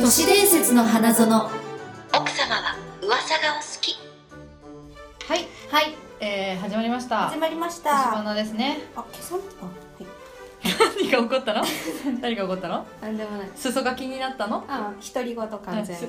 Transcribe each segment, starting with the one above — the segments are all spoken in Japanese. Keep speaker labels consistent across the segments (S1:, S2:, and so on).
S1: 都市伝説の花園は
S2: 奥様は噂がお好き
S3: はい、
S1: い
S3: えー、始まりました。
S1: 始まりまし
S3: 星
S1: たあ
S3: 花ですね。
S1: 消されたはい
S3: 何が起こったの？何が起こったの？
S1: なんでもない
S3: 裾が気になったの？
S1: あ独り言完全に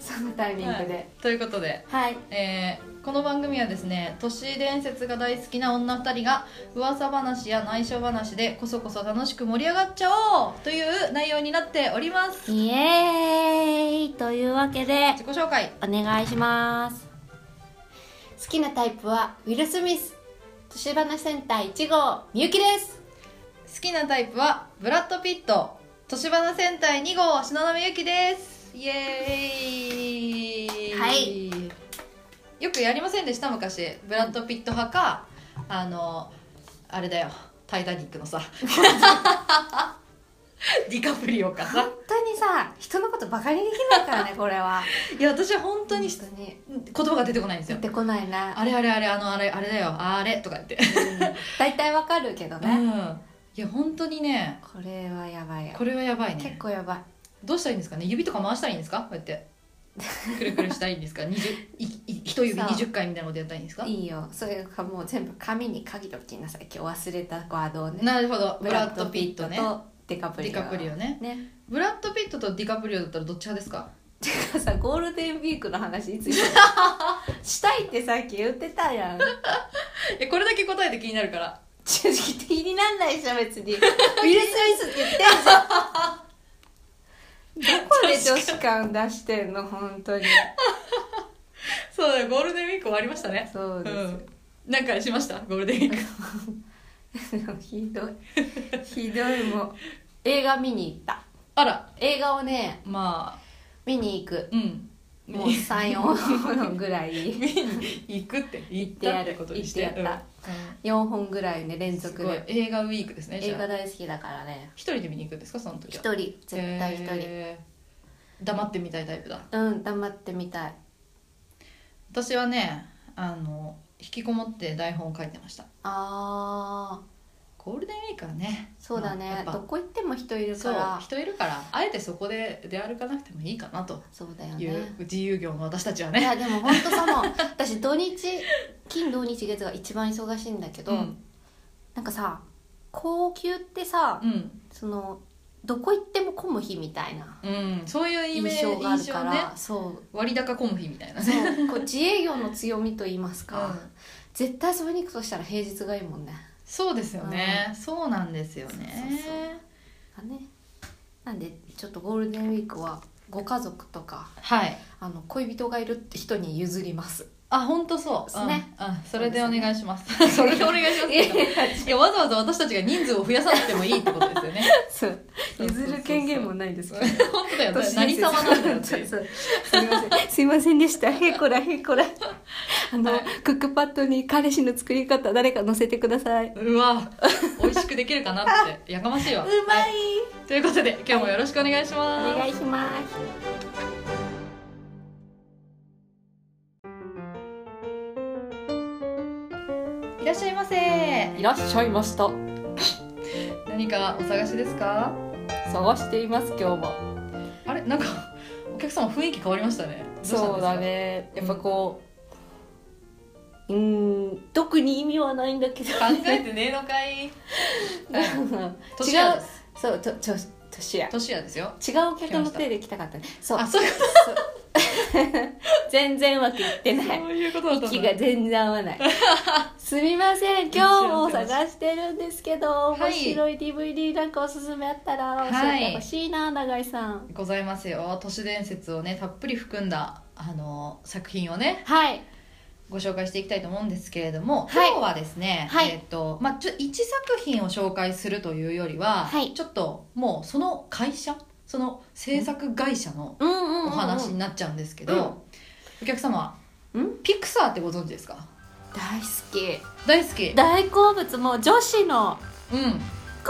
S1: そのタイミングで
S3: ということで、
S1: はい
S3: えー、この番組はですね、都市伝説が大好きな女二人が噂話や内緒話でこそこそ楽しく盛り上がっちゃおうという内容になっております。
S1: イエーイというわけで
S3: 自己紹介。
S1: お願いします
S4: 好きなタイプはウィル・スミス年花センター1号みゆきです
S3: 好きなタイプはブラッドピット。年花戦隊2号篠波ゆきです。イエーイ。
S1: はい。
S3: よくやりませんでした昔ブラッド・ピット派かあのあれだよ「タイタニック」の さディカプリオかさ
S1: 本当にさ人のことバカにできないから ねこれはい
S3: や私は本当に
S1: 本当に
S3: 言葉が出てこないんです
S1: 出
S3: よ
S1: てこないな
S3: あれあれあれあのあれあれだよあれとか言って
S1: 大体わかるけど
S3: う
S1: ね、
S3: んいや本当にね
S1: これはやばいよ
S3: これはやばい
S1: 結
S3: ね
S1: 構やばい
S3: どうしたらいいんですかね指とか回したらいいんですかこうやってくるくるしたらいいんですか20いい一指
S1: そう
S3: 20回みたいなことやったらいいんですか
S1: いいよそれかもう全部紙に書きときなさい今日忘れたワードをね
S3: なるほどブラッド・ピットね
S1: とデカプリ
S3: デ
S1: オ
S3: ィカプリオね
S1: ね
S3: ブラッド・ピットとディカプリオだったらどっち派ですか
S1: てかさゴールデンウィークの話 いつしたしたいってさっき言ってたやん
S3: えこれだけ答えて気になるから
S1: 正直気になんないでしょ 別にウィル・スミスって言ってんじゃんどこで女子感出してんの本当に
S3: そうだよゴールデンウィーク終わりましたね
S1: そうです、
S3: んなんかしましたゴールデンウィーク
S1: ひどい ひどいもう映画見に行った
S3: あら
S1: 映画をね
S3: ま
S1: 見に行く
S3: あうん
S1: もう34本ぐらい
S3: 見 に行くって言っ
S1: って
S3: た
S1: や
S3: っ
S1: る
S3: てことにして
S1: 行ってやった
S3: うん
S1: 4本ぐらいね連
S3: す
S1: 続
S3: ごい
S1: で
S3: 映画ウィークですねじ
S1: 映
S3: ゃ
S1: 画
S3: あ
S1: 大好きだからね
S3: 一人で見に行くんですかその時
S1: 一
S3: は
S1: 人絶対一人
S3: へー黙ってみたいタイプだ
S1: うん黙ってみたい
S3: 私はねあの引きこもって台本を書いてました
S1: あー
S3: ゴールデンウィークはね
S1: そうだ
S3: まあや
S1: ね
S3: っぱ
S1: どこ行っても人いる
S3: そ
S1: か
S3: う
S1: ら
S3: 人いるからあえてそこで出歩かなくてもいいかなと
S1: そうだよ
S3: い
S1: ね
S3: う自由業の私たちはいね
S1: やでも本当その私土日金土日月が一番忙しいんだけど、
S3: うん
S1: なんかさ高級ってさ
S3: うん、
S1: そのどこ行っても混む日みたいな
S3: うん、そういうイメージ
S1: 印象がある
S3: 印
S1: か
S3: 象
S1: ら、
S3: ね
S1: そう
S3: 割高コム日みたいな
S1: そ
S3: ね
S1: うこう自営業の強みと言いますか、
S3: うん
S1: 絶対遊びに行くとしたら平日がいいもんね
S3: そうですよね、そうなんですよね
S1: そうそうだねなんでちょっとゴールデンウィークはご家族とか
S3: はい
S1: あの恋人がいるって人に譲ります
S3: あ本当そう
S1: ですね、
S3: うんうんそれでお願いします それでお 願い しますっていうかいやわざわざ私たちが人数を増やさなくてもいいってことですよ ね
S1: そう
S3: そうそうそう
S1: 譲る権限もないですけど
S3: 本当だよ何様なんだよっていう
S1: そうそうすいませんすいませんでしたへいこらへいこらあの、
S3: はい
S1: クックパッドに彼氏の作り方誰か載せてくださいう
S3: わ美味しくできるかなってやかましい わ
S1: ま
S3: はいということで今日もよろしくお願いします、
S1: お願いします
S3: いらっしゃいませ
S1: いらっしゃいました
S3: 何かお探しですか
S1: 探しています今日も
S3: あれなんかお客様雰囲気変わりましたねどうしたんですか
S1: そうだねやっぱこううん特に意味はないんだけど
S3: 考えてねえのか い年
S1: 違
S3: 屋
S1: う
S3: です
S1: そうとちょ年や違う
S3: 年屋ですよ
S1: 客の手で来たかったねそう
S3: あそういうこ
S1: 全然うまくいって
S3: と
S1: ない
S3: そういうことだったんだ
S1: 息が全然合わ ないすみません今日も探してるんですけど
S3: はい
S1: 面白い DVD なんかおすすめあったら教えてほしいな、永井さん
S3: ございますよ都市伝説をねたっぷり含んだあの作品をね
S1: はい
S3: ご紹介していきたいと思うんですけれども、
S1: はい
S3: 今日はですね、
S1: はい
S3: えっとまあ、ちょ1作品を紹介するというよりは、
S1: はい
S3: ちょっともうその会社その制作会社の
S1: うんうんうん、
S3: お話になっちゃうんですけど、
S1: うん
S3: お客様
S1: うん
S3: ピクサーってご存知ですか
S1: 大好
S3: 大好き
S1: き大好物もう女子の
S3: うん好物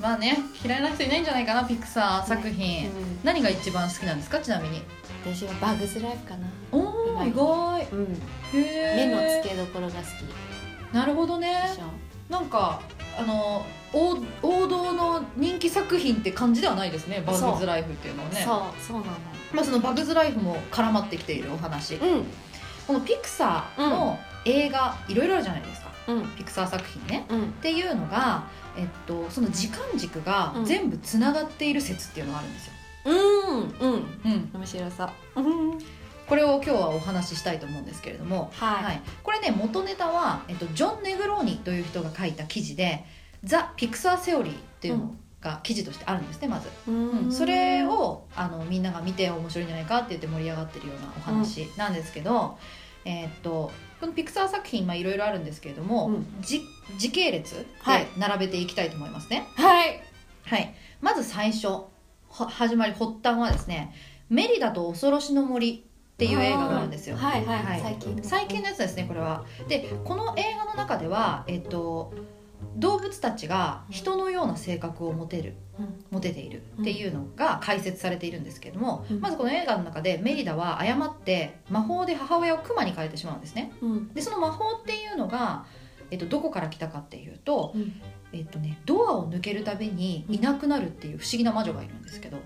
S3: まあね嫌いな人いないんじゃないかなピクサー作品、
S1: うん
S3: 何が一番好きなんですかちなみに
S1: 私はバグズライフかな
S3: おー意外
S1: う
S3: へ
S1: ん
S3: え
S1: 目の付けどころが好きで
S3: なるほどね
S1: しょ
S3: なんかあの王王道の人気作品って感じではないですねバグズライフっていうのは
S4: そ
S3: ね
S4: うそうなの
S3: まあ、そのバグズライフも絡まってきているお話
S4: う
S3: このピクサーの映画、いろいろあるじゃないですか
S4: んうん
S3: ピクサー作品ね
S4: うん
S3: っていうのが、えっと、その時間軸が
S4: うん
S3: 全部つながっている説っていうのがあるんですよ、
S4: うんうん
S3: うん、
S4: 面白さうん
S3: これを今日はお話ししたいと思うんですけれども、
S4: はい、
S3: はい、これね元ネタは、えっと、ジョン・ネグローニという人が書いた記事で「ザ・ピクサー・セオリー」っていうのが記事としてあるんですねまず、
S4: うん
S3: それをあのみんなが見て面白いんじゃないかって言って盛り上がってるようなお話なんですけど、えーっとこのピクサー作品まあいろいろあるんですけれども、
S4: うん
S3: じ時系列で
S4: はい
S3: 並べていきたいと思いますね。
S4: はい
S3: はい、まず最初ほ始まり発端はですね「メリダと恐ろしの森」っていう映画があるんですよ。
S4: はいはい、
S3: はい
S4: 最近
S3: 最近のやつですねこれはでこの映画の中では、えっと、動物たちが人のような性格を持てる、
S4: うん
S3: 持てているっていうのが解説されているんですけれども、
S4: うん
S3: まずこの映画の中でメリダは誤って魔法で母親をクマに変えてしまうんですね
S4: うん
S3: でその魔法っていうのが、えっと、どこから来たかっていうと,、
S4: うん
S3: えっとね、ドアを抜けるたびにいなくなるっていう不思議な魔女がいるんですけど、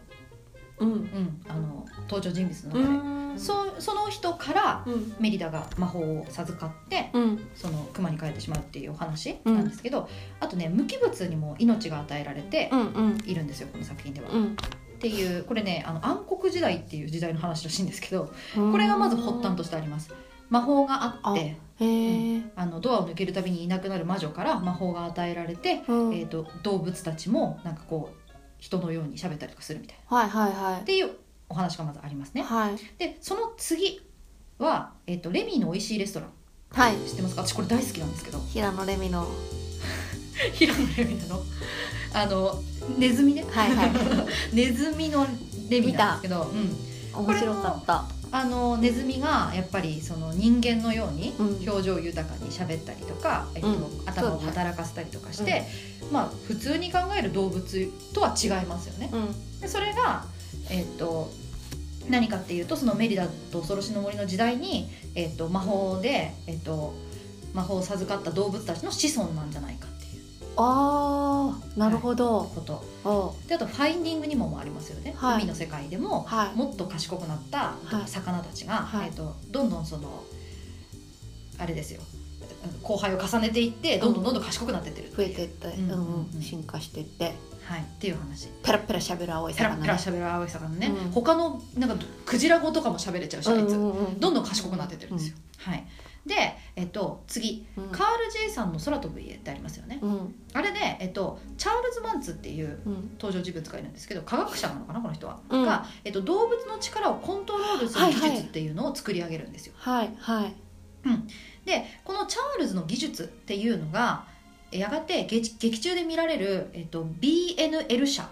S4: うん
S3: うん、あの登場人物の
S4: う
S3: 中で、
S4: ん
S3: そうその人から
S4: うん
S3: メリダが魔法を授かって
S4: うん
S3: その熊に変えてしまうっていうお話なんですけど、あとね無機物にも命が与えられて
S4: うんうん
S3: いるんですよこの作品では。
S4: う
S3: っ
S4: ん
S3: ていうこれねあの暗黒時代っていう時代の話らしいんですけど
S4: うん
S3: これがまず発端としてあります。魔法があって
S4: へえ
S3: あのドアを抜けるたびにいなくなる魔女から魔法が与えられて、
S4: うん
S3: えー、と動物たちもなんかこう人のように喋ったりとかするみたいな
S4: は
S3: っ
S4: いはいはい
S3: ていうお話がまずありますね。
S4: はい
S3: でその次は、えー、とレミーの美味しいレストラン
S4: はい
S3: 知ってますか私これ大好きなんですけど
S4: 平野レミの
S3: 平野レミなのあのネズミね、
S4: はいはい
S3: ネズミのレミなんですけど、うん、
S4: 面白かった
S3: あのネズミがやっぱりその人間のように
S4: うん
S3: 表情豊かに喋ったりとか、えっと
S4: うん
S3: 頭を働かせたりとかして、まあ普通に考える動物とは違いますよね。
S4: うん
S3: でそれが、えっと何かっていうとそのメリダと恐ろしの森の時代に、えっと魔法で、えっと魔法を授かった動物たちの子孫なんじゃないかっていう
S4: あーなるほど、
S3: こと
S4: お
S3: であと「ファインディング」にももありますよね、
S4: はい
S3: 海の世界でも、
S4: はい
S3: もっと賢くなった
S4: はい
S3: 魚たちが、
S4: はい
S3: えー、とどんどんそのあれですよ後輩を重ねていってどんどんどんどん賢くなってってるって
S4: 増
S3: いう
S4: えてって、
S3: うん
S4: うんうん、進化してって
S3: はい、っていう話
S4: ペラペラしゃべる青い
S3: ペラ
S4: 魚
S3: ペラ
S4: ね
S3: しゃべる青い魚ね、
S4: うん
S3: 他のなんかクジラ語とかも喋れちゃうしあいつ、どんどん賢くなってってるんですよ、はいでえっ、と次、
S4: うん
S3: カール・ジェイさんの「空飛ぶ家」ってありますよね、
S4: うんうん
S3: あれで、えっとチャールズ・マンツっていう
S4: うん
S3: 登場人物がいるんですけど科学者なのかなこの人は、
S4: うん
S3: が、えっと、動物の力をコントロールする技術っていうのを作り上げるんですよ、
S4: はいはい
S3: でこのチャールズの技術っていうのがえやがて劇劇中で見られる、えっと、BNL 社、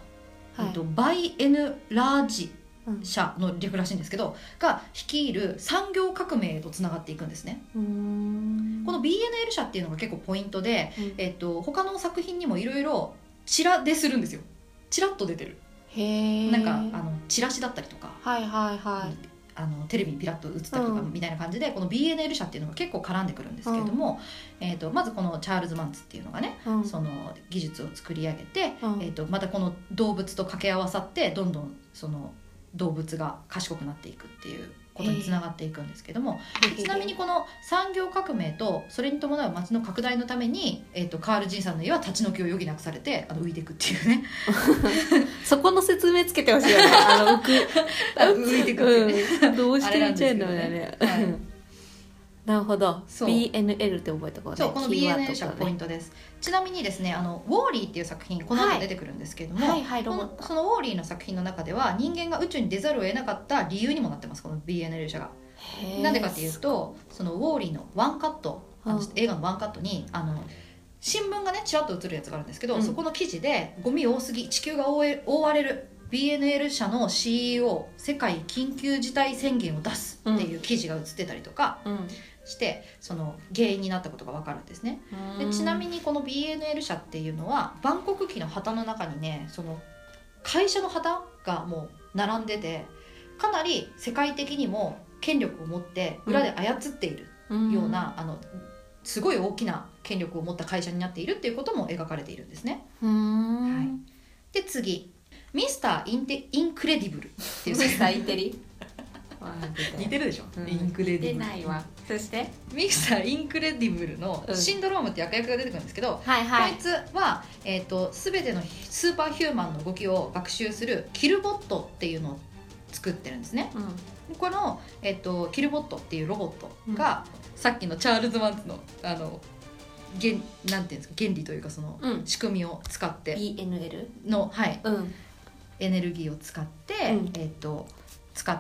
S4: はい
S3: えっと、バイエヌラージ
S4: うん
S3: 社の略らしいんですけどが率いる産業革命へとつながっていくんですね
S4: うーん
S3: この BNL 社っていうのが結構ポイントで、
S4: うん
S3: えっと、他の作品にもいろいろチラ出するんですよチラッと出てる
S4: へえ
S3: なんかあのチラシだったりとか
S4: はいはいはい
S3: あのテレビにピラッと映ったりとか
S4: うん
S3: みたいな感じで、この BNL 社っていうのが結構絡んでくるんですけれども、えー、とまずこのチャールズ・マンツっていうのがね、
S4: うん
S3: その技術を作り上げて、
S4: うん
S3: えー、とまたこの動物と掛け合わさってどんどんその動物が賢くなっていくっていうことにつながっていくんですけども、ちなみにこの産業革命とそれに伴う町の拡大のために、えー、とカール・ジンさんの家は立ち退きを余儀なくされてあの浮いていくってい うね
S4: そこの説明つけてほしい よねあの浮く
S3: 浮いていくっていうね。
S4: うんどうして見ちゃうんだろう
S3: あれ
S4: ね
S3: なんですけどねはい
S4: なるほど
S3: そう
S4: BNL って覚えてこうね
S3: そうこの
S4: キーワード
S3: BNL 社がポイントです、ちなみにですねあのウォーリーっていう作品この
S4: は
S3: 後
S4: い
S3: 出てくるんですけれども、
S4: はいはい
S3: こ
S4: ロボッ
S3: のそのウォーリーの作品の中では人間が宇宙に出ざるを得なかった理由にもなってますこの BNL 社が。
S4: ト
S3: なんでかっていうとそのウォーリーのワンカットあの
S4: うん
S3: 映画のワンカットにあの新聞がねちらっと映るやつがあるんですけど、
S4: うん
S3: そこの記事で「ゴミ多すぎ地球が覆え覆われる BNL 社の CEO 世界緊急事態宣言を出す」っていう記事が映ってたりとか
S4: うん
S3: して、その原因になったことが分かるんですね。でちなみにこの BNL 社っていうのは万国旗の旗の中にねその会社の旗がもう並んでてかなり世界的にも権力を持って裏で操っている
S4: に
S3: ような、あのすごい大きな権力を持った会社になっているっていうことも描かれているんですね。
S1: うん
S3: はいで次ミスターインテインクレディブルっていう
S1: ミスターインテリ
S3: 似てるでしょ、
S1: うん
S3: インクレディブル
S1: 出ないわそして
S3: ミスターインクレディブルの
S1: うん
S3: シンドロームって悪役が出てくるんですけど、
S1: はいは
S3: こ
S1: い
S3: いつは、えー、と全てのスーパーヒューマンの動きを学習するキルボットっていうのを作ってるんですね
S1: うん
S3: この、えー、とキルボットっていうロボットが、さっきのチャールズ・マンズのあの原なんていうんですか原理というかその
S1: うん
S3: 仕組みを使って
S1: BNL
S3: の、はい、
S1: うん
S3: エネルギーを使って、
S1: うん
S3: えー、と使っ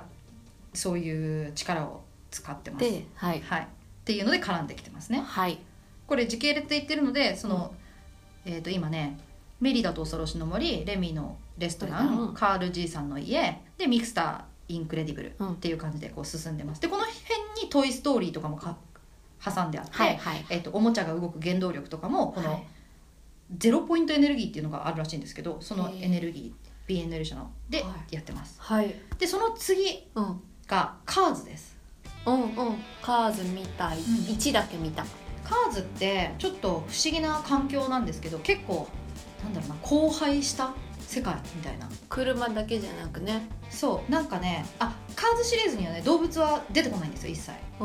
S3: そういう力を使ってます。
S1: ではい
S3: はい、っていうので絡んできてますね。
S1: はい
S3: これ時系列で言ってるのでその、えー、と今ねメリダと恐ろしの森レミのレストラン、
S1: うん
S3: カール爺さんの家でミクスターインクレディブルっ
S1: うん
S3: ていう感じでこう進んでますでこの辺に「トイ・ストーリー」とかもか挟んであって、
S1: はいはい
S3: えー、とおもちゃが動く原動力とかもこ
S1: はい
S3: のゼロポイントエネルギーっていうのがあるらしいんですけどその
S1: へー
S3: エネルギー BNL 社ので
S1: は
S3: やってます、
S1: はい
S3: でその次
S1: うん
S3: がカーズです
S1: うんうんカーズ見たい
S3: うん
S1: 1だけ見た
S3: カーズってちょっと不思議な環境なんですけど結構なんだろうな荒廃した世界みたいな
S1: 車だけじゃなくね
S3: そうなんかねあカーズシリーズにはね動物は出てこないんですよ一切
S1: う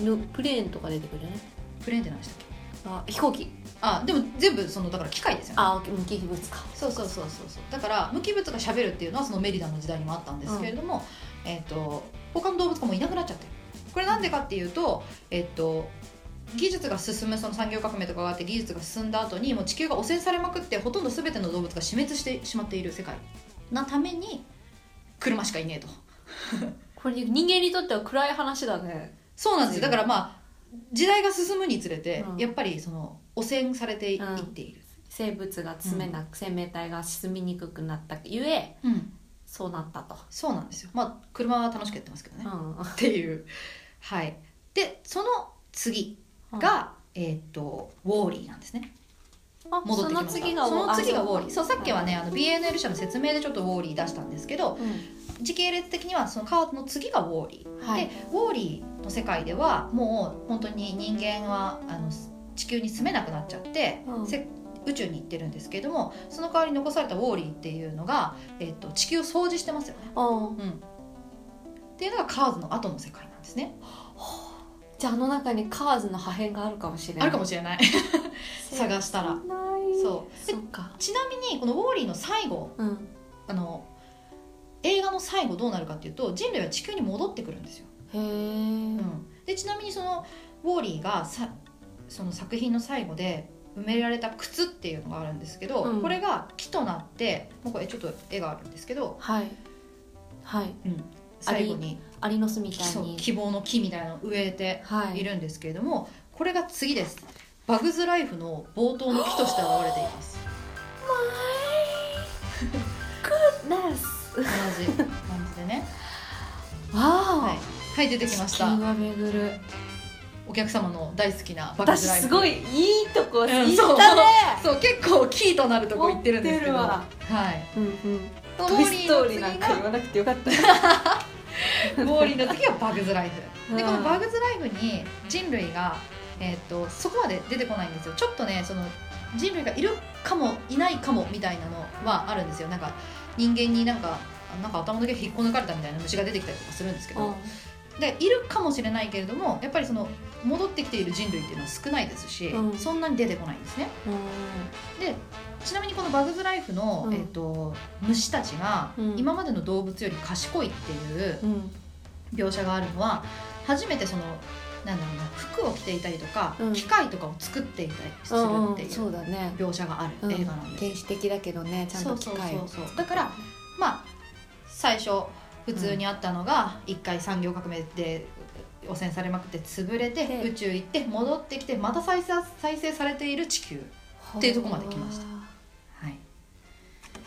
S3: うん
S1: んぬプレーンとか出てくるよね
S3: プレーンって何でしたっけ
S1: あ飛行機
S3: あでも全部そのだから機械ですよね
S1: あ無機物か
S3: そうそうそうそうそうだから無機物がしゃべるっていうのはそのメリダの時代にもあったんですけれども、えっ、と他の動物がもういなくなっちゃってるこれなんでかっていうとえっ、と技術が進むその産業革命とかがあって技術が進んだ後にもう地球が汚染されまくってほとんど全ての動物が死滅してしまっている世界なために車しかいねえと
S1: これ人間にとっては暗い話だね
S3: そうなんですよだ
S1: そう
S3: からまあ時代が進むにつれて、
S1: うん
S3: やっぱりその汚染されてい,、
S1: うん
S3: っている、
S1: 生物が住めなく、生命体が進みにくくなったゆえ
S3: うん、
S1: そうなったと、
S3: そうなんですよまあ車は楽しくやってますけどね、
S1: う
S3: っていうはいでその次
S1: ん、
S3: が、えっ、とウォーリーなんですね
S1: あ
S3: 戻ってきまし
S1: その
S3: た
S1: 次が
S3: その次がウォーリーそうさっきはね、
S1: あ
S3: あの BNL 社の説明でちょっとウォーリー出したんですけど
S1: そううん
S3: 時系列的にはそのカードの次がウォーリー、
S1: はい
S3: でウォーリーの世界ではもう本当に人間はあの地球に住めなくなっちゃって、
S1: うん
S3: せ宇宙に行ってるんですけれどもその代わりに残されたウォーリーっていうのが、えっと地球を掃除してますよね、
S1: うん
S3: うん、っていうのがカーズの後の世界なんですね
S1: じゃああの中にカーズの破片があるかもしれない
S3: あるかもしれない探したら
S1: ない
S3: そううで
S1: そっか
S3: ちなみにこのウォーリーの最後
S1: うん
S3: あの映画の最後どうなるかっていうと人類は地球に戻ってくるんですよ、
S1: へえ、
S3: でちなみにそのウォーリーがさその作品の最後で埋められた靴っていうのがあるんですけど、
S1: うん
S3: これが木となってもうこれちょっと絵があるんですけど
S1: はいはい
S3: 最後に
S1: アリの巣みたい
S3: そう
S1: に
S3: 希望の木みたいなのを植えて
S1: はい
S3: いるんですけれども、これが次ですバグズライフの冒頭の木として現れています
S1: ナス
S3: 同じ感じでねは
S1: わ
S3: い、はい、出てきま
S1: 地
S3: し
S1: 球
S3: た
S1: が巡る
S3: お客様の大好きなバック
S1: 私
S3: ドライブ
S1: すごいいいとこ
S3: ん
S1: 行ったね、
S3: そう結構キーとなる とこ行ってるんですけど
S1: 持ってる
S3: は
S1: わ
S3: い
S1: うんうん
S3: ウォ
S1: トイ
S3: ーリ
S1: ス
S3: ー
S1: ト
S3: の
S1: ーリ
S3: 次
S1: ー
S3: が
S1: なんか言わなくてよかっ
S3: ウ
S1: た。
S3: ォーリーの次はバグズライフで
S1: うん
S3: このバグズライフに人類が、えー、とそこまで出てこないんですよちょっとねその人類がいるかもいないかもみたいなのはあるんですよなんか人間になんかなんか頭の毛引っこ抜かれたみたいな虫が出てきたりとかするんですけど、でいるかもしれないけれどもやっぱりその戻ってきている人類っていうのは少ないですし、
S1: うん
S3: そんなに出てこないんですねでちなみにこのバグズライフの、
S1: うん
S3: えっと虫たちが
S1: うん
S3: 今までの動物より賢いっていう
S1: うんうん
S3: 描写があるのは初めてそのなんだろうな服を着ていたりとか、
S1: うん
S3: 機械とかを作っていたりする
S1: うん
S3: ってい
S1: そううだね。
S3: 描写があ
S1: う
S3: る
S1: ん
S3: 映画なんです、
S1: 原始的だけどね、ちゃん
S3: そ
S1: と
S3: う
S1: 機
S3: そう
S1: 械
S3: そうそうだからまあ最初普通にあったのが一回産業革命で汚染されまくって潰れて
S1: で
S3: 宇宙行って戻ってきてまた再生再生されている地球、っていうとこまで来ましたはい、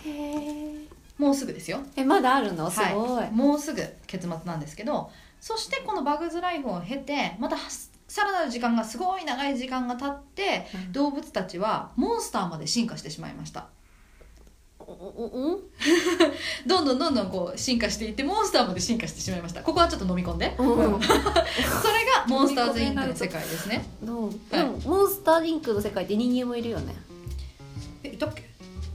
S1: た。へえ。
S3: もうすぐですよ
S1: えまだあるの？すごい。
S3: もうすぐ結末なんですけどそしてこのバグズライフを経てまたさらなる時間がすごい長い時間が経って
S1: うん
S3: 動物たちはモンスターまで進化してしまいました
S1: うんうん
S3: どんどんどんどんこう進化していってモンスターまで進化してしまいましたここはちょっと飲み込んで、
S1: うん
S3: それがモンスターズインクの世界ですね
S1: うん。でもモンスタ
S5: ターリンクの世界って人間もいるよね
S3: えいたっけ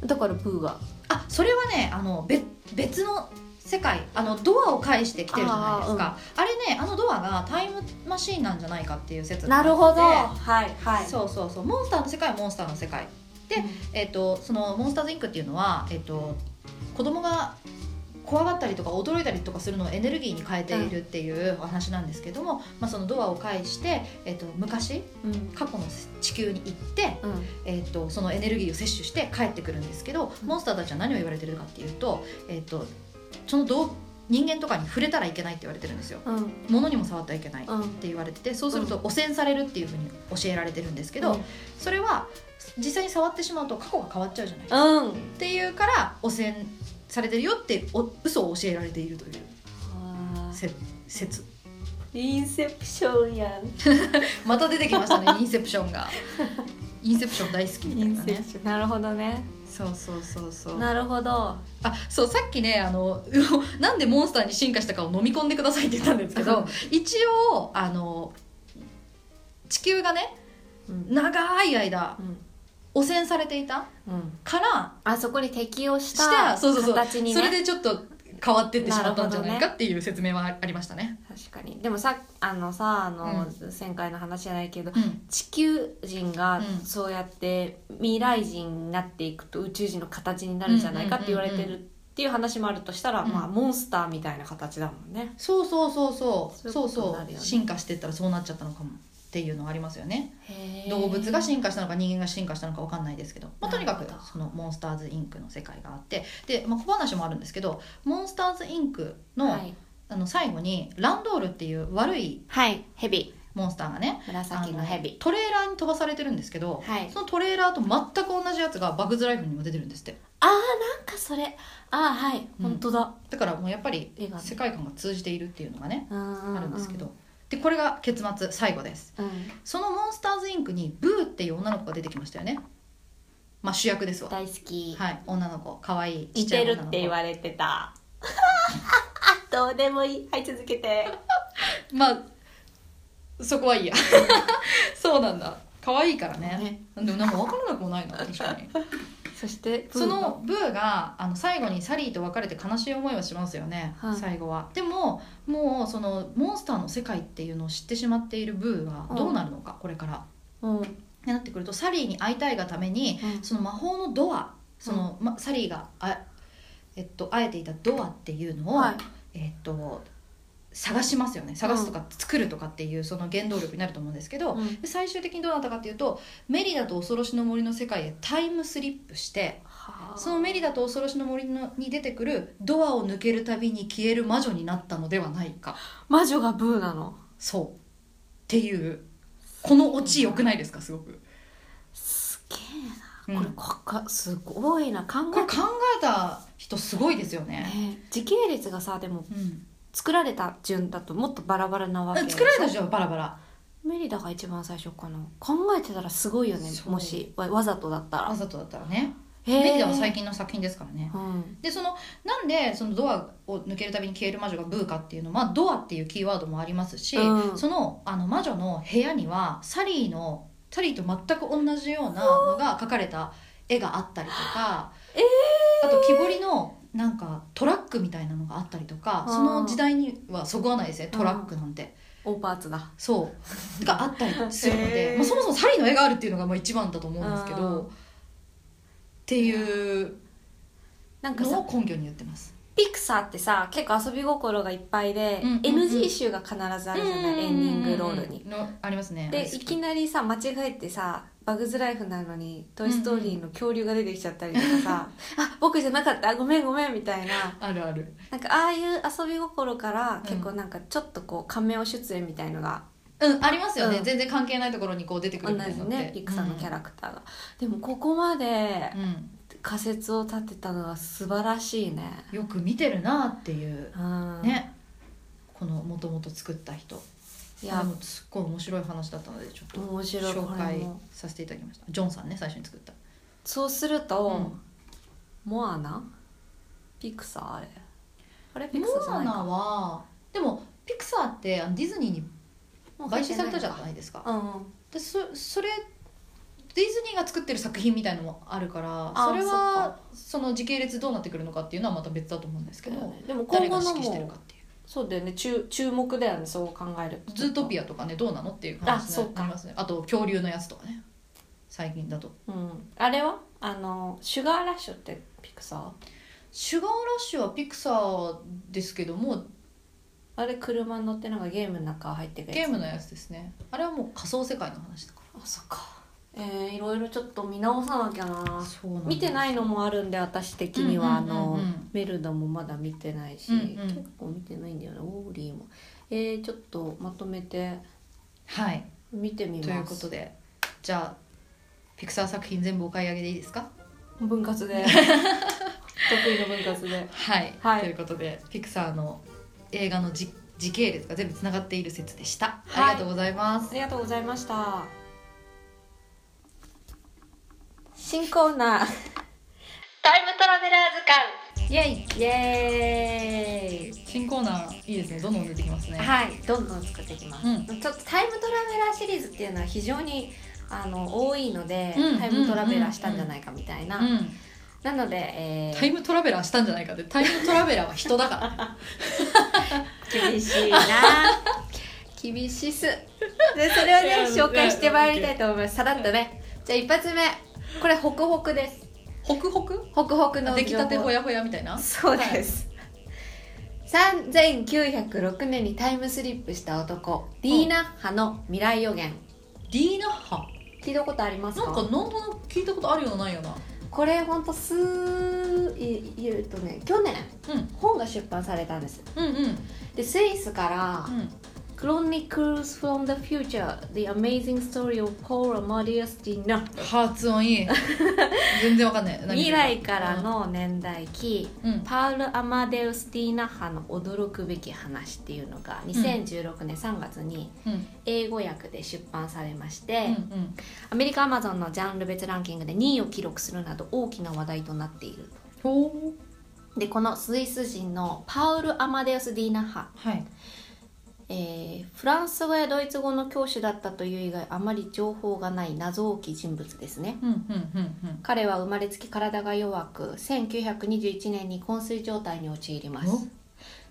S5: だからブーが
S3: あそれはねあの別別の世界あのドアを介して来てるじゃないですかあ,、れねあのドアがタイムマシーンなんじゃないかっていう説があって
S5: はいはい
S3: そうそうそうモンスターの世界はモンスターの世界でえっとそのモンスターズインクっていうのは、えっと子供が怖がったりとか驚いたりとかするのをエネルギーに変えているっていうお話なんですけども、まあ、そのドアを介して、えっと昔
S5: うん
S3: 過去の地球に行って、
S5: うん
S3: えっとそのエネルギーを摂取して帰ってくるんですけど、モンスターたちは何を言われてるかっていうと,、えっとそのどう人間とかに触れたらいけないって言われてるんですよ。
S5: うん
S3: 物にも触ってはいけないっ
S5: うん
S3: て言われててそうすると汚染されるっていうふうに教えられてるんですけど、それは実際に触ってしまうと過去が変わっちゃうじゃないですか、
S5: うん
S3: っていうから汚染されてるよってお嘘を教えられているというせ説
S5: インセプションやん
S3: また出てきました ねインセプションがインセプション大好きみたいなね
S5: ョンなるほどね
S3: そうそうそうそう
S5: なるほど
S3: あそうさっきねあの なんでモンスターに進化したかを飲み込んでくださいって言ったんですけど一応あの地球がね
S5: うん
S3: 長い間
S5: うん
S3: 汚染されていた
S5: うん
S3: から
S1: あそこに適応し
S3: した
S1: た
S3: そうそうそう
S1: 形にね
S3: それでちょっと変わってってしまったんじゃないかっていう説明はあありましたね。
S1: 確かにでもさあのさあの、前回の話じゃないけど地球人が
S3: うん
S1: そうやって未来人になっていくと宇宙人の形になるんじゃないかって言われて
S3: うんうんうん
S1: るっていう話もあるとしたら、
S3: うん
S1: まあモンスターみたいな形だもんね。
S3: そうそうそうそう
S1: そ
S3: そう
S1: いううこと
S3: そ
S1: になる
S3: う
S1: よね
S3: 進化してったらそうなっちゃったのかもっていうのはありますよね。動物が進化したのか人間が進化したのかわかんないですけど、まあ、とにか
S1: な
S3: く
S1: るほど
S3: そのモンスターズインクの世界があってで、まあ、小話もあるんですけどモンスターズインクの,、
S1: はい、
S3: あの最後にランドールっていう悪い
S1: はい、ヘビ
S3: モンスターがねあ
S1: 紫
S3: の
S1: のヘビ
S3: トレーラーに飛ばされてるんですけど、
S1: はい
S3: そのトレーラーと全く同じやつがバグズライフにも出てるんですって
S1: ああなんかそれああはい、
S3: うん
S1: 本当だ
S3: だからもうやっぱり
S1: 絵がね
S3: 世界観が通じているっていうのがね、
S1: あ
S3: あるんですけど、でこれが結末最後です
S1: うん、
S3: そのモンスターズインクにブーっていう女の子が出てきましたよねまあ主役ですわ
S1: 大好き、
S3: はい女の子可愛いちっ
S5: 似
S3: ちゃ
S5: て
S3: い
S5: る
S3: 女の
S5: っ
S3: 子
S5: て言われてたどうでもいいはい続けて
S3: まあそこはいいや そうなんだ可愛いからね
S1: ね
S3: でもなんか分からなくもないな確か に
S1: そして
S3: そのブーがあの最後にサリーと別れて悲しい思いはしますよね、
S1: はい
S3: 最後はでももうそのモンスターの世界っていうのを知ってしまっているブーはどうなるのか、これから
S1: うん、
S3: ってなってくるとサリーに会いたいがためにその魔法のドアその、ま、サリーがあ、えっと、会えていたドアっていうのを、
S1: はい
S3: えっと、探しますよね探すとか作るとかっていうその原動力になると思うんですけど、
S1: うん
S3: で最終的にどうなったかっていうとメリダと恐ろしの森の世界へタイムスリップして
S1: はあ
S3: そのメリダと恐ろしの森のに出てくるドアを抜けるたびに消える魔女になったのではないか
S1: 魔女がブーなの
S3: そうっていうこのオチ良くないですかすごく。
S1: すげ
S3: う
S1: え
S3: ん
S1: なこれこかすごいな考
S3: これ
S1: え
S3: 考えた人すごいですよね。
S1: ね時系列がさでも
S3: うん、
S1: 作られた順だともっとバラバラなわけ
S3: 作られた人はバラバラ。
S1: メリダが一番最初かな考えてたらすごいよね
S3: そう
S1: もしわわざとだった
S3: わ
S1: ら
S3: ざとだったらね。
S1: へえ
S3: メディアは最近の作品ですからね。
S1: うん
S3: でそのなんでそのドアを抜けるたびに消える魔女がブーかっていうのは、まあ、ドアっていうキーワードもありますし、
S1: うん
S3: そのあの魔女の部屋にはサリーのサリーと全く同じようなのが描かれた絵があったりとか、あと木彫りのなんかトラックみたいなのがあったりとか
S1: あー
S3: その時代にはそぐわないですねトラックなんて。
S1: オーパーツだ
S3: そうがあったりするの
S5: へ
S3: で、
S5: ー
S3: まあ、そもそもサリーの絵があるっていうのがまあ一番だと思うんですけ
S1: あー
S3: どっていう
S1: なんか
S3: の
S1: さ
S3: を根拠に言ってます。
S1: ピクサーってさ結構遊び心がいっぱいで、
S3: うんうんうん
S1: NG 集が必ずあるじゃない、エンディングロールに、
S3: のありますね。
S1: でいきなりさ間違えてさバグズライフなのに「トイ・ストーリー」の恐竜が出てきちゃったりとか さ「あ僕じゃなかったごめんごめん」みたいな
S3: あるある。
S1: なんかああいう遊び心から
S3: うん
S1: 結構なんかちょっとこう仮面出演みたいのが
S3: うんありますよね、
S1: うん
S3: 全然関係ないところにこう出てく
S1: 同
S3: るみた
S1: じ
S3: いなのって
S1: ねピクサーのキャラクターが、でもここまで
S3: うん
S1: 仮説を立てたのは素晴らしいね
S3: うんよく見てるなっていう
S1: うん
S3: ね。このもともと作った人
S1: い
S3: い
S1: や
S3: でもすっごい面白い話だったのでちょっと
S1: 面白いこ
S3: 紹
S1: れ
S3: 介
S1: も
S3: させていただきましたジョンさんね最初に作った
S1: そうすると、
S3: うん
S1: モアナピクサーあれあれピ
S3: モ
S1: クサーじゃ
S3: ア
S1: ない
S3: ナ
S1: か
S3: はでもピクサーってあのディズニーに
S1: もう入
S3: 買
S1: って
S3: 収
S1: な
S3: され
S1: いの
S3: たじゃ
S1: か
S3: ないですか
S1: うんうん
S3: でそそれ作ってる作品みたいのもあるから
S1: あ
S3: それ
S1: そっ
S3: はその時系列どうなってくるのかっていうのはまた別だと思うんですけど、
S6: でも今
S3: 誰が
S6: 後の
S3: 指揮してる
S6: も
S3: かっていう
S6: そうだよね注注目だよねそう考えると
S3: ズートピアとかねどうなのっていう話
S6: あそう
S3: に
S6: か
S3: なりますねあと恐竜のやつとかね最近だと
S6: うん、あれはあのシュガーラッシュってピクサー
S3: シュガーラッシュはピクサーですけども
S6: あれ車に乗ってなんかゲームの中入ってくる
S3: ゲームのやつですねあれはもう仮想世界の話だか
S6: あそっかえー、いろいろちょっと見直さなきゃな
S3: らそうなん
S6: 見てないいのもあるんで私的には、
S3: うんうんうんうん
S6: あのメルダもまだ見てないし、
S3: うんうん
S6: 結構見てないんだよねオーリーもえー、ちょっとまとめて
S3: はい
S6: 見てみます
S3: ということでじゃあピクサー作品全部お買い上げでいいですか
S6: 分割 で得意の分割で
S3: はい、
S6: はい
S3: ということでピクサーの映画のじ時系列が全部つながっている説でした、
S6: はい
S3: ありがとうございます
S6: ありがとうございました
S1: 新コーナー
S7: タイムトラベラー図鑑
S3: イエイ
S6: イエーイ
S3: 新コーナーいいですねどんどん出てきますね
S1: はいどんどん作っていきます、
S3: うん
S1: ちょっとタイムトラベラーシリーズっていうのは非常にあの多いので、
S3: うん
S1: タイムトラベラーしたんじゃないかみたいな、
S3: うん、
S1: なので、え
S3: タイムトラベラーしたんじゃないかってタイムトラベラーは人だからね
S1: ー、厳し いな厳しいっすでそれをね
S3: うん
S1: 紹介してまいりたいと 思いますさらっとねじゃあ一発目これホクホクです
S3: ホクホク
S1: ホクホクの
S3: 出来
S1: 情
S3: たてほ
S1: 報
S3: やほやみたいな
S1: そうです、3906年にタイムスリップした男ディーナ・ハの未来予言
S3: ディーナッハ
S1: 聞いたことあります
S3: なんかなんとなく聞いたことあるようなないような
S1: これほんと数い言うとね去年本が出版されたんです
S3: うんうんうん
S1: でスイスから
S3: うん
S1: 「Chronicles from the Future The Amazing Story of Paul Amadeus Dina
S3: 発音いい全然わかんない」何
S1: 未来からの年代記、
S3: うん
S1: パウル・アマデウス・ディーナ派の驚くべき話っていうのが2016年3月に
S3: うんうん
S1: 英語訳で出版されまして、
S3: うん
S1: アメリカアマゾンのジャンル別ランキングで2位を記録するなど大きな話題となっている
S3: ほう
S1: でこのスイス人のパウル・アマデウス・ディーナ派、
S3: はい
S1: えーフランス語やドイツ語の教師だったという以外あまり情報がない謎多き人物ですね
S3: うんうんうん
S1: 彼は生まれつき体が弱く1921年に昏睡状態に陥ります
S3: お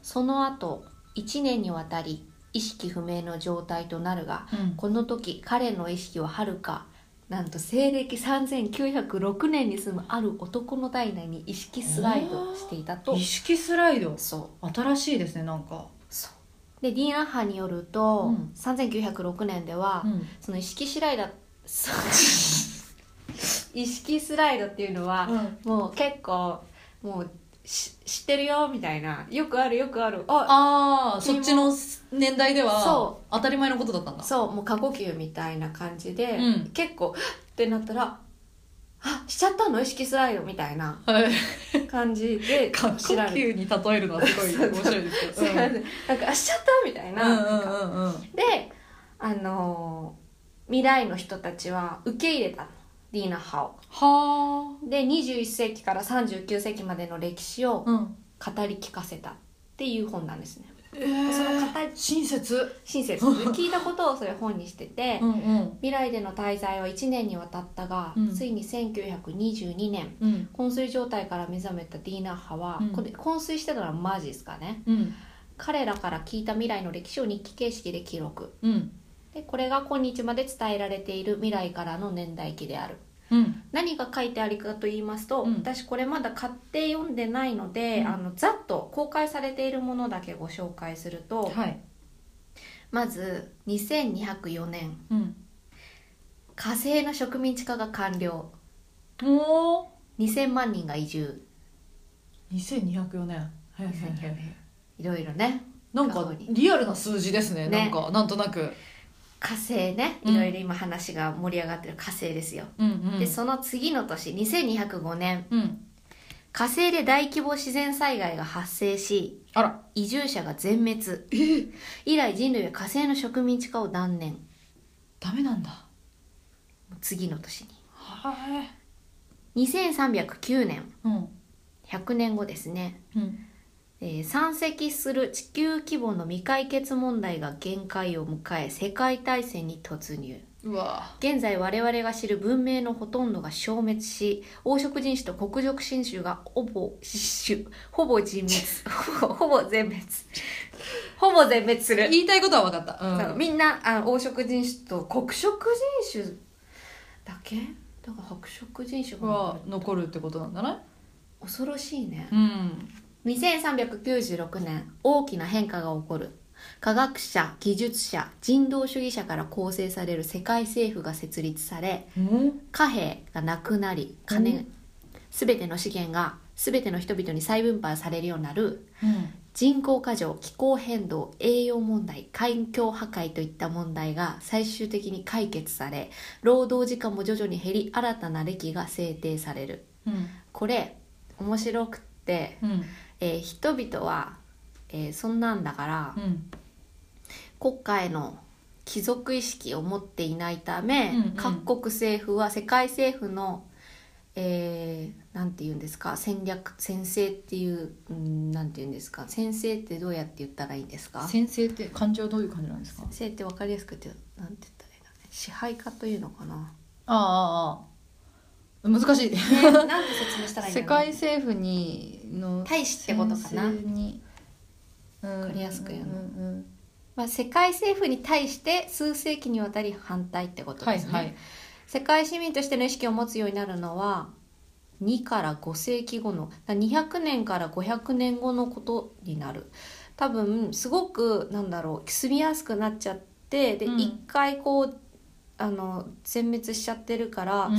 S1: その後1年にわたり意識不明の状態となるが
S3: うんうん
S1: この時彼の意識ははるかなんと西暦3906年に住むある男の体内に意識スライドしていたと
S3: 意識スライド
S1: そう
S3: 新しいですねなんか、
S1: でディーン・アッハによると、
S3: うん
S1: 3906年では、
S3: うん、
S1: その意識スライド 意識スライドっていうのは、もう結構もうし知ってるよみたいなよくあるよくあるあ
S3: ああそっちの年代では
S1: そ
S3: 当たり前のことだったんだ
S1: そうもう過呼吸みたいな感じで、
S3: うん
S1: 結構ってなったらあしちゃったの意識スライドみたいな
S3: はい
S1: 感じで
S3: 過呼
S1: 知られる。
S3: 吸に例えるのはすごい面白いですけど
S1: そうなんかあしちゃったみたいな,、
S3: うんうんうんうんうん
S1: であのー未来の人たちは受け入れたのディーナ派を
S3: は
S1: で21世紀から39世紀までの歴史を
S3: あ、うん、
S1: 語り聞かせたっていう本なんですね
S3: え
S1: その語り
S3: 親切
S1: 親 切聞いたことをそれ本にしてて、
S3: うんうん
S1: 未来での滞在は1年にわたったが、
S3: うん
S1: ついに1922年
S3: うん
S1: 昏睡状態から目覚めたディーナ派は、
S3: うん
S1: これ昏睡してたのはマジですかね
S3: うん
S1: 彼らから聞いた未来の歴史を日記形式で記録
S3: うん
S1: でこれが今日まで伝えられている未来からの年代記である
S3: うん
S1: 何が書いてあるかと言いますと、
S3: うん
S1: 私これまだ買って読んでないので、
S3: うん
S1: あのざっと公開されているものだけご紹介すると
S3: はい
S1: まず2204年
S3: うん
S1: 火星の植民地化が完了
S3: おお
S1: 2000万人が移住
S3: 2204年はいはいはい
S1: 2204いろいろね
S3: なんかリアルな数字ですね
S1: ね
S3: なんかなんとなく、
S1: 火星ね
S3: うん
S1: いろいろ今話が盛り上がってる火星ですよ、
S3: うんうん、
S1: でその次の年2205年
S3: うん
S1: 火星で大規模自然災害が発生し
S3: あら
S1: 移住者が全滅以来人類は火星の植民地化を断念
S3: ダメなんだ
S1: 次の年に
S3: はい
S1: 2309年
S3: うん
S1: 100年後ですね、
S3: うん
S1: えー山積する地球規模の未解決問題が限界を迎え世界大戦に突入
S3: うわ
S1: 現在我々が知る文明のほとんどが消滅し黄色人種と黒色人種がほぼ種 ほぼ人滅ほぼほぼ全滅ほぼ全滅する、
S3: 言いたいことは分かった、うん
S1: みんなあ黄色人種と黒色人種だけだから白色人種が
S3: は残るってことなんだね
S1: 恐ろしいね
S3: うん
S1: 2396年大きな変化が起こる科学者技術者人道主義者から構成される世界政府が設立され貨幣がなくなり
S3: う
S1: 金全ての資源が全ての人々に再分配されるようになる
S3: うん
S1: 人口過剰気候変動栄養問題環境破壊といった問題が最終的に解決され労働時間も徐々に減り新たな歴が制定される
S3: うん
S1: これ面白くって、
S3: うん
S1: えー人々は、えーそんなんだから
S3: うん
S1: 国家への貴族意識を持っていないため、
S3: うんうん
S1: 各国政府は世界政府の、えーなんて言うんですか戦略先制っていう、うん、なんて言うんですか先制ってどうやって言ったらいいんですか
S3: 先生って感情どういう感じなんですか
S1: 先制って分かりやすくてなんて言ったらいいんだろうね支配下というのかな
S3: ああああ難しい
S1: ねなんて説明したらいいん
S3: 世
S1: だろうね
S3: 界政府にの
S1: 大使ってことかな
S3: 先生に分
S1: わかりやすく言うの
S3: んうん
S1: まあ、世界政府に対して数世紀にわたり反対ってこと
S3: は
S1: で
S3: い
S1: すね、
S3: はい
S1: 世界市民としての意識を持つようになるのは2から5世紀後のだ200年から500年後のことになる多分すごくなんだろう住みやすくなっちゃってで、
S3: うん
S1: 一回こうあの全滅しちゃってるから、
S3: う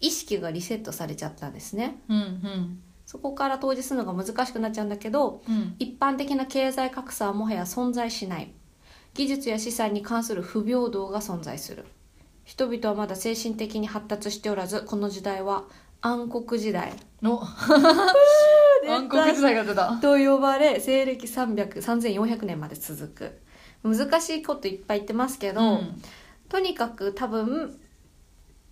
S1: 意識がリセットされちゃったんですね
S3: んうん
S1: そこから統治するのが難しくなっちゃうんだけど
S3: うんうん
S1: 一般的な経済格差はもはや存在しない技術や資産に関する不平等が存在する人々はまだ精神的に発達しておらずこの時代は暗黒時代
S3: の暗黒時代 が出た
S1: と呼ばれ西暦300 3400年まで続く難しいこといっぱい言ってますけど、
S3: うん
S1: とにかく多分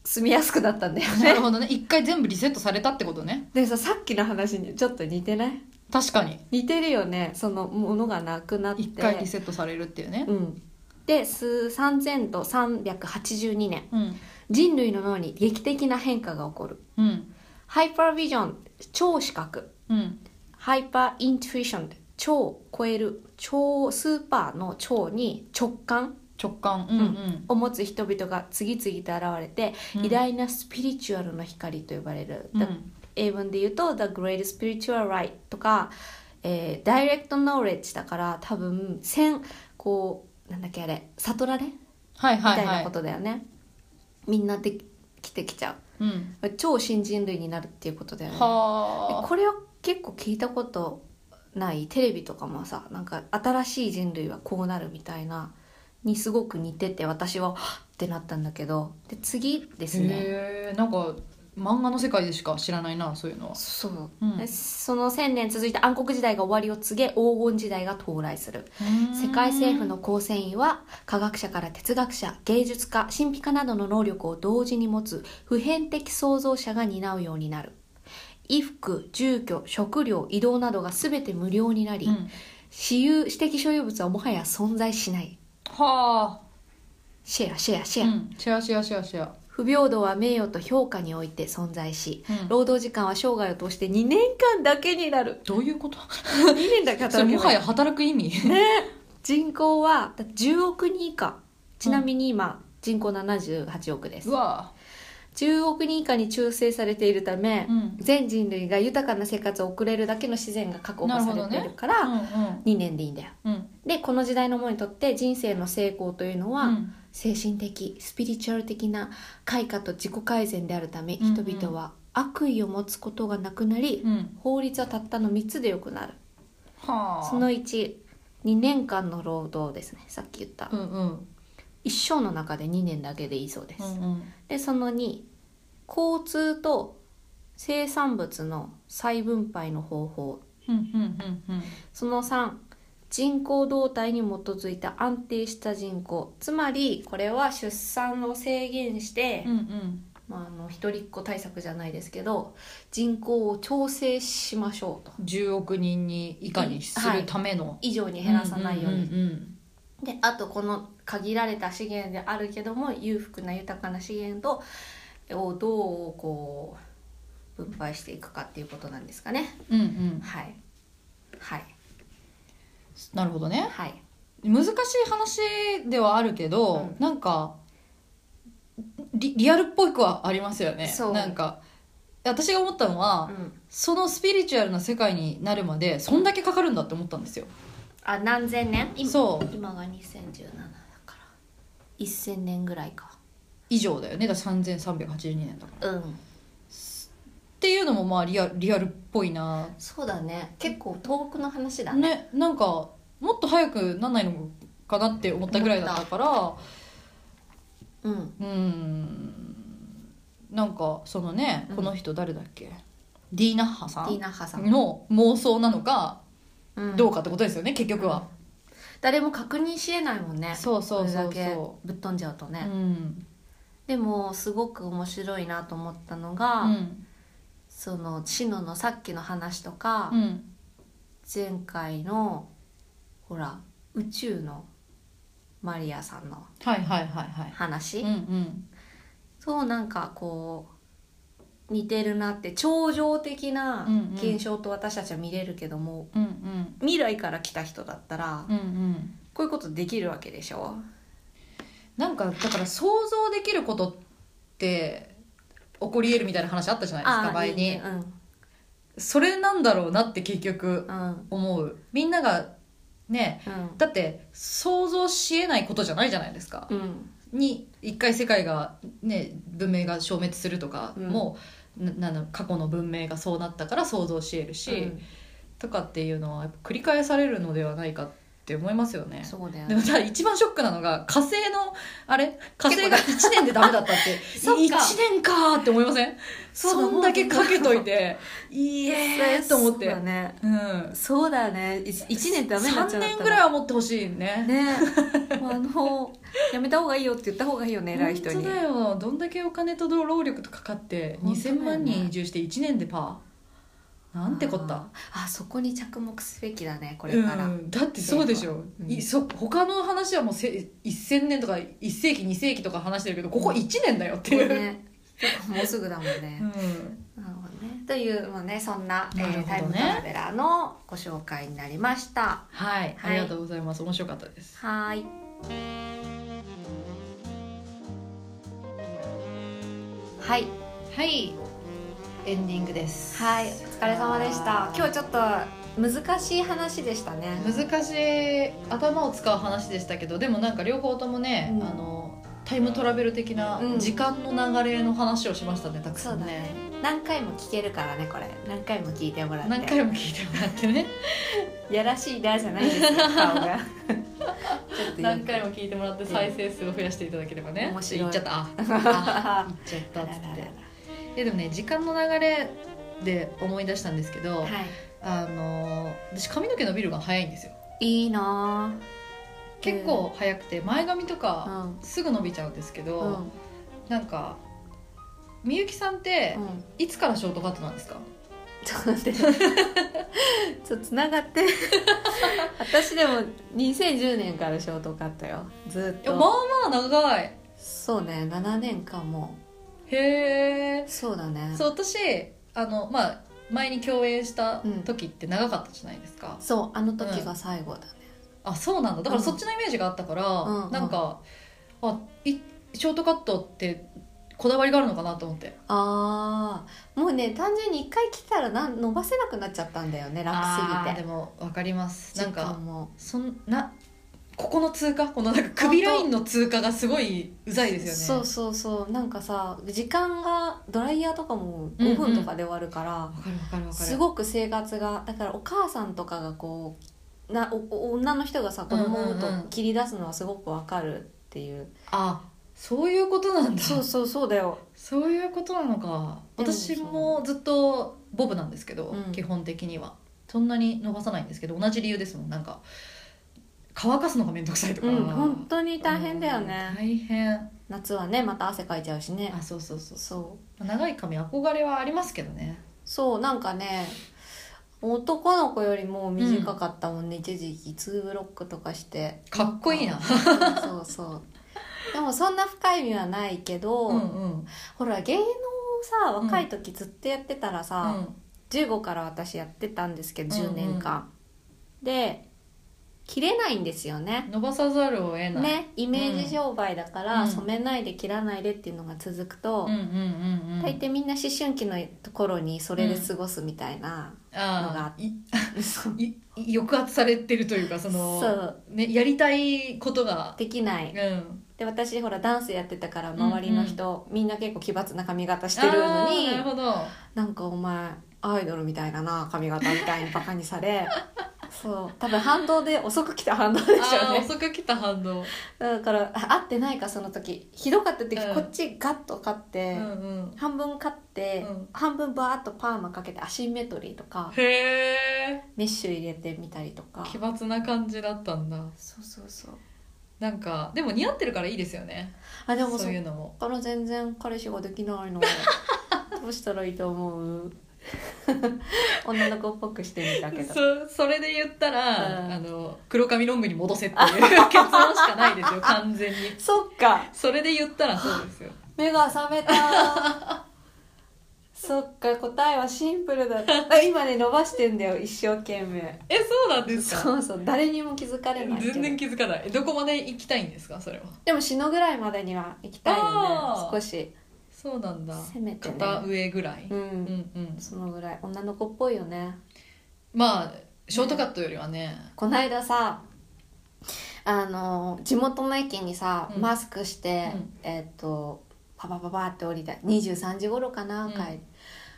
S1: 住みやすくなったんだよ
S3: な
S1: ね
S3: るほどね一回全部リセットされたってことね
S1: でささっきの話にちょっと似てない
S3: 確かに
S1: 似てるよねそのものがなくなって
S3: 一回リセットされるっていうね
S1: うん、で数3000と382年
S3: うん
S1: 人類の脳に劇的な変化が起こる
S3: うん
S1: ハイパービジョン超視覚
S3: うん
S1: ハイパーイントゥイション超を超える超スーパーの超に直感
S3: 直感うんうん
S1: を持つ人々が次々と現れて、
S3: うん
S1: 偉大なスピリチュアルの光と呼ばれる、
S3: う
S1: The-
S3: ん
S1: 英文で言うと「The Great Spiritual Light」とか「えー、Direct Knowledge」だから多分千こうなんだっけあれ悟られ
S3: はい
S1: み
S3: は
S1: た
S3: い
S1: い
S3: は
S1: ないことだよね、みんなできてきちゃ
S3: うん
S1: う超新人類になるっていうことだよね
S3: は
S1: で
S3: あ
S1: これは結構聞いたことないテレビとかもさなんか新しい人類はこうなるみたいなにすごく似てて私ははっってなったんだけどで次ですね
S3: へえんか漫画の世界でしか知らないなそういうのは
S1: そう、
S3: うん
S1: でその1,000年続いた暗黒時代が終わりを告げ黄金時代が到来する世界政府の構成員は科学者から哲学者芸術家神秘家などの能力を同時に持つ普遍的創造者が担うようになる衣服住居食料移動などが全て無料になり、
S3: うん
S1: 私有私的所有物はもはや存在しない
S3: は
S1: シェアシェアシ
S3: あ、
S1: ェ
S3: う
S1: ア、
S3: ん、シェアシェアシェアシェア、
S1: 不平等は名誉と評価において存在し
S3: うん
S1: 労働時間は生涯を通して2年間だけになる
S3: どういうこと
S1: 2年だけ
S3: それ
S1: 働け
S3: も
S1: ば
S3: はい
S1: い
S3: や働く意味
S1: 人口はだ10億人以下ちなみに今、人口78億です
S3: うわ
S1: 10億人以下に中性されているため、
S3: うん
S1: 全人類が豊かな生活を送れるだけの自然が確保されているか
S3: う
S1: ら
S3: んうん
S1: 2年でいいんだよ
S3: うん
S1: でこの時代のものにとって人生の成功というのは、
S3: うん
S1: 精神的スピリチュアル的な開花と自己改善であるため、
S3: うんうん
S1: 人々は悪意を持つことがなくなり、
S3: うん
S1: 法律はたったの3つでよくなる
S3: はあ
S1: その12年間の労働ですねさっき言った、
S3: うんうん
S1: 一生の中で2年だけでいいそうです、
S3: うんうん
S1: でその2交通と生産物の再分配の方法
S3: うんうんうんうん
S1: その3人口動態に基づいた安定した人口つまりこれは出産を制限して、
S3: うんうん
S1: まあ、あの一人っ子対策じゃないですけど人口を調整しましょうと
S3: 10億人に以下にするための、
S1: 以上に減らさないように
S3: んん
S1: であとこの限られた資源であるけども裕福な豊かな資源とをどうこう分配していくかっていうことなんですかね
S3: うんうん
S1: はいはい
S3: なるほどね
S1: はい
S3: 難しい話ではあるけど、
S1: う
S3: なんかリリアルっぽくはありますよね
S1: そう
S3: なんか私が思ったのは、
S1: うん
S3: そのスピリチュアルな世界になるまでそんだけかかるんだって思ったんですよ
S1: あ何千年今
S3: そう
S1: 今が2017だから1000年ぐらいか
S3: 以上だよねだから3382年だからっ
S1: うん
S3: ていうのもまあリアリアルっぽいな
S1: そうだね結構遠くの話だね
S3: ねなんかもっと早くなんないのかなって思ったぐらいだったから
S1: うん
S3: うんなんかそのね、
S1: うん
S3: この人誰だっけディーナッハさ
S1: ディー
S3: ん
S1: ナッハさん、
S3: の妄想なのか
S1: うん
S3: どうかってことですよね、結局は、
S1: 誰も確認しえないもんね
S3: そうそうそうそう
S1: これだけぶっ飛んじゃうと
S3: う
S1: ね、
S3: ん
S1: でもすごく面白いなと思ったのが、
S3: うん
S1: そのシノのさっきの話とか、
S3: うん
S1: 前回のほら宇宙のマリアさんの
S3: はいはいはいはい
S1: 話、
S3: うんうん
S1: そうなんかこう似てるなって超常的な
S3: うんうん
S1: 現象と私たちは見れるけども、
S3: うんうん
S1: 未来から来た人だったら
S3: うんうん
S1: こういうことできるわけでしょ、
S3: なんかだから想像できることって起こり得るみたいな話あったじゃないです
S1: あ
S3: か
S1: あ
S3: 前
S1: いい
S3: に
S1: ね
S3: それなんだろうなって結局
S1: うんうん
S3: 思うみんながね
S1: うん
S3: だって想像しえないことじゃないじゃないですか
S1: うん
S3: に一回世界がね文明が消滅するとか
S1: うん
S3: も、ななの過去の文明がそうなったから想像しえるし、
S1: うん
S3: とかっていうのはやっぱ繰り返されるのではないかって思いますよね。
S1: そうだよ
S3: でも
S1: ね
S3: さ一番ショックなのが火星のあれ火星が1年でダメだったって
S1: そっか
S3: 1年かーって思いませんそ
S1: そうだ
S3: んだけかけといていいえーと思っ
S4: そう
S3: て
S4: だね
S3: うん
S4: そうだねい一年ダメになっちゃ
S3: 3
S4: うんだったら
S3: 年ぐらいは持ってほしいね
S4: ねもうあのやめた方がいいよって言った方がいいよね偉い人
S3: 本
S4: に
S3: 当だよどんだけお金と労力とかかって
S1: 本当だよね
S3: 2000万人移住して1年でパーなんてこった
S1: あーあそこに着目すべきだねこ
S3: こ
S1: れから、
S3: だってそうでしょ、
S1: うん
S3: いそ他の話はもうせ1000年とか1世紀2世紀とか話してるけどここ1年だよって
S1: こ
S3: い
S1: れ
S3: う、
S1: ねもうすぐだもん
S3: う
S1: ね、
S3: ん
S1: なるほどねというまあねそんな
S3: なるほど
S1: え
S3: ね
S1: ータイムトラベラーのご紹介になりました
S3: はい、あ
S1: はい
S3: りがとうございます。面白かったです。
S1: はーいはい
S3: はい、エンディングです。
S1: はいお疲れ様でした今日ちょっと難しい話でしたね
S3: 難しい頭を使う話でしたけど、でもなんか両方ともね、
S1: うん
S3: あのタイムトラベル的な
S1: うん
S3: 時間の流れの話をしましたね。たく
S1: そ
S3: さ
S1: うんだ
S3: ね。
S1: ね何回も聞けるからねこれ何回も聞いてもらって
S3: 何回も聞いてもらってね
S1: やらしいなじゃないですよ顔がちょっと言う
S3: 何回も聞いてもらって再生数を増やしていただければね
S1: 面白い
S3: 言っちゃったああ言っちゃった
S1: あ
S3: っ
S1: ら
S3: つ
S1: ら
S3: っ
S1: ら
S3: てえでもね時間の流れで思い出したんですけど、
S1: らは
S3: あの私髪の毛伸びるのが早いんですよ
S1: いいいな
S3: 結構早くて前髪と
S1: あ
S3: か
S1: うん
S3: すぐ伸びちゃうんですけど、
S1: うん
S3: なんかみゆきさんって
S1: うん
S3: いつからショートカットなんですか、
S4: ちょっと待ってちょっとつながって私でも2010年からショートカットよずっ
S3: いや
S4: と、
S3: まあまあ長い
S4: そうね7年間も
S3: へえ
S4: そうだね
S3: そう私あのまあ前に共演した時って長かったじゃないですか、
S4: そうあの時が最後だね、
S3: あそうなんだだから
S4: うん
S3: そっちのイメージがあったから、
S4: うんうん
S3: なんかあいショートカットってこだわりがあるのかなと思って
S4: ああもうね単純に一回来たらなん伸ばせなくなっちゃったんだよね楽すぎて
S3: でもわかりますなん
S4: 時
S3: か
S4: 間も
S3: そんなここの通過このなんか首ラインの通過がすごいうざいですよ
S4: そう
S3: ね
S4: そうそうなんかさ時間がドライヤーとかも
S3: うんうん
S4: 5分とかで終わるから、
S3: わかるわかるわかる
S4: すごく生活がだからお母さんとかがこうなおお女の人がさ子供を産む
S3: うんうんう
S4: と
S3: ん
S4: 切り出すのはすごくわかるっていう、
S3: あそういうことなんだ
S4: そうそうそうだよ
S3: そういうことなのか
S4: でも
S3: 私もずっとボブなんですけど、
S4: うん
S3: 基本的にはそんなに伸ばさないんですけど同じ理由ですもんなんか乾かすのが面倒くさいとか、
S4: うん本当に大変だよね
S3: うん、大変
S4: 夏はねまた汗かいちゃうしね
S3: あそうそうそう
S4: そう
S3: 長い髪憧れはありますけどね
S4: そうなんかね
S1: 男の子よりも短かったもんね、一時期2ブロックとかして
S3: かっこいいな
S1: そうそうでもそんな深い意味はないけど、
S3: うんうん
S1: ほら芸能をさ若い時ずっとやってたら
S3: う
S1: さ、
S3: ん
S1: 15から私やってたんですけど
S3: うんうん
S1: 10年間、で切れないんですよね
S3: 伸ばさざるを得ない
S1: ねイメージ商売だから、
S3: うん
S1: 染めないで切らないでっていうのが続くと、
S3: うんうんうんうん
S1: 大抵みんな思春期の頃にそれで過ごすみた いな、
S3: あーい
S1: そう
S3: いい抑圧されてるというかその
S1: そう
S3: ね、やりたいことが、
S1: できな
S3: う
S1: い
S3: ん、
S1: で私ほらダンスやってたから周りの人、みんな結構奇抜な髪型してる
S3: あ
S1: の
S3: ー
S1: に
S3: なるほど
S1: なんかお前アイドルみたいだな髪型みたいにバカに されそう多分反動で遅く来た反動でしょ
S3: あ
S1: う
S3: ー
S1: ね
S3: 遅く来た反応、
S1: だからあ合ってないかその時ひどかった時、
S3: うん
S1: こっちガッと勝っ
S3: う
S1: て、
S3: んうん、
S1: 半分勝って、
S3: うん
S1: 半分バーッとパーマかけてアシンメトリーとか
S3: へえ
S1: メッシュ入れてみたりとか
S3: 奇抜な感じだったんだ
S1: そうそうそう
S3: なんかでも似合ってるからいいですよね
S1: あでも
S3: そ
S1: そう
S3: い
S1: っ
S3: うのも
S1: から全然彼氏ができな いのどうしたらいいと思う 女の子っぽくしてみたけど
S3: そそれで言ったら、
S1: うん
S3: あの黒髪ロングに戻せっていう結論しかないです よ完全に
S1: そっか
S3: それで言ったらそうです よ
S1: 目が覚めた そっか答えはシンプルだった 今ね伸ばしてんだよ一生懸命
S3: えそうなんですか
S1: そうそう誰にも気づかれないけど
S3: 全然気づかないえどこまで行きたいんですかそれは
S1: でも死ぬぐらいまでには行きたい
S3: あ
S1: よ
S3: ー
S1: ね少し
S3: そうなんだ
S1: せめてね
S3: 肩上ぐらい、
S1: う、
S3: うんんうん
S1: そのぐらい女の子っぽいよね
S3: まあショートカットよりはね
S1: こないださあの地元の駅にさ、
S3: うん
S1: マスクして、
S3: うん
S1: えっ、とパパパパって降りた23時頃かな、
S3: うん
S1: 帰り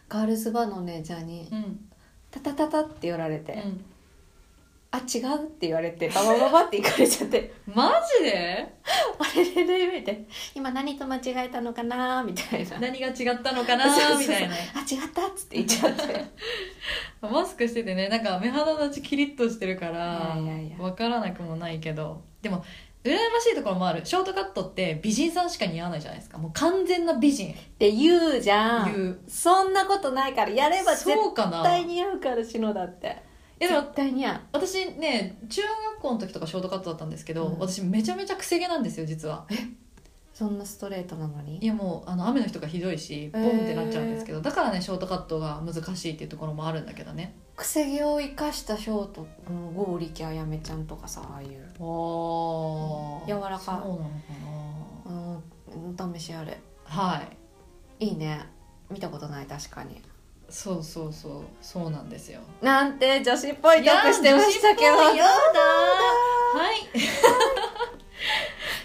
S1: ガールズバーのお姉ちゃんに
S3: うん、
S1: 「タタタタ」って言われて、
S3: うん
S1: あ違うって言われてババババって行かれちゃって
S3: マジで
S1: あれれれみたいな今何と間違えたのかなみたいな
S3: 何が違ったのかな
S1: そうそうそう
S3: みたいな
S1: あ違ったっつって言っちゃって
S3: マスクしててねなんか目鼻立ちキリッとしてるから
S1: いやいやいや
S3: わからなくもないけどでも羨ましいところもあるショートカットって美人さんしか似合わないじゃないですかもう完全な美人
S1: って言うじゃん
S3: 言う
S1: そんなことないからやれば絶
S3: そうかな
S1: 対似合うから篠だって
S3: えでも
S1: 絶対似合う
S3: 私ね中学校の時とかショートカットだったんですけど、
S1: うん
S3: 私めちゃめちゃくせ毛なんですよ実は
S1: そんなストレートなの
S3: い
S1: に
S3: やもうあの雨の日とかひどいしボンってなっちゃうんですけど、だからねショートカットが難しいっていうところもあるんだけどね
S1: くせ毛を生かしたショートの剛力あやめちゃんとかさああいう
S3: おー
S1: 柔らかい
S3: そうなのか
S1: うんお試しあれ
S3: なはい
S1: いいね見たことない確かに
S3: そうそうそうそうなんですよ
S1: なんて女子っぽいトークしてましたけ
S3: い
S1: ど
S3: や女子っぽいやだはい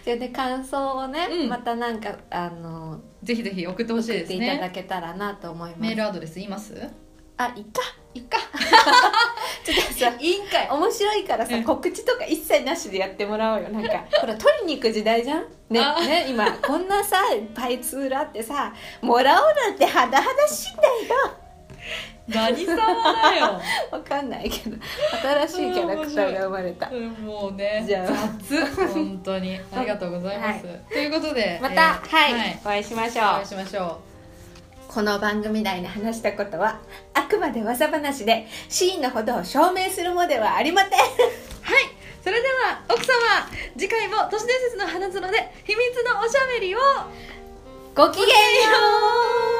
S1: それで感想をね、
S3: うん
S1: またなんかあの
S3: ぜひぜひ送ってほしい
S1: 送っ
S3: です
S1: ていただ
S3: ね
S1: けたらなと思いま
S3: メ
S1: す。
S3: ールアドレス言います
S1: あ、いっか、いっか。 ちょっとさ、
S3: いいんかい
S1: 面白いから
S3: う
S1: さ、
S3: ん
S1: 告知とか一切なしでやってもらおうよ。な んか、ほら、取りに行く時代じゃん。ね、
S3: あ
S1: ね、今、こんなさ、パイツーラってさ、もらおうなんて肌々しいんだ
S3: 何様だよ
S1: よ。わかんないけど、新しいキャラクターが生まれた。
S3: うんもうね
S1: じゃあ
S3: 雑本当にありがとうございます、ということで
S1: また、
S3: えー
S1: はい、お会いしましょう
S3: お。会いしましょ
S1: この番組内で話したことはあくまで噂話で真のほどを証明するものではありません
S3: うはいそれでは奥様次回も都市伝説の花園で秘密のおしゃべりを
S1: ごきげんよう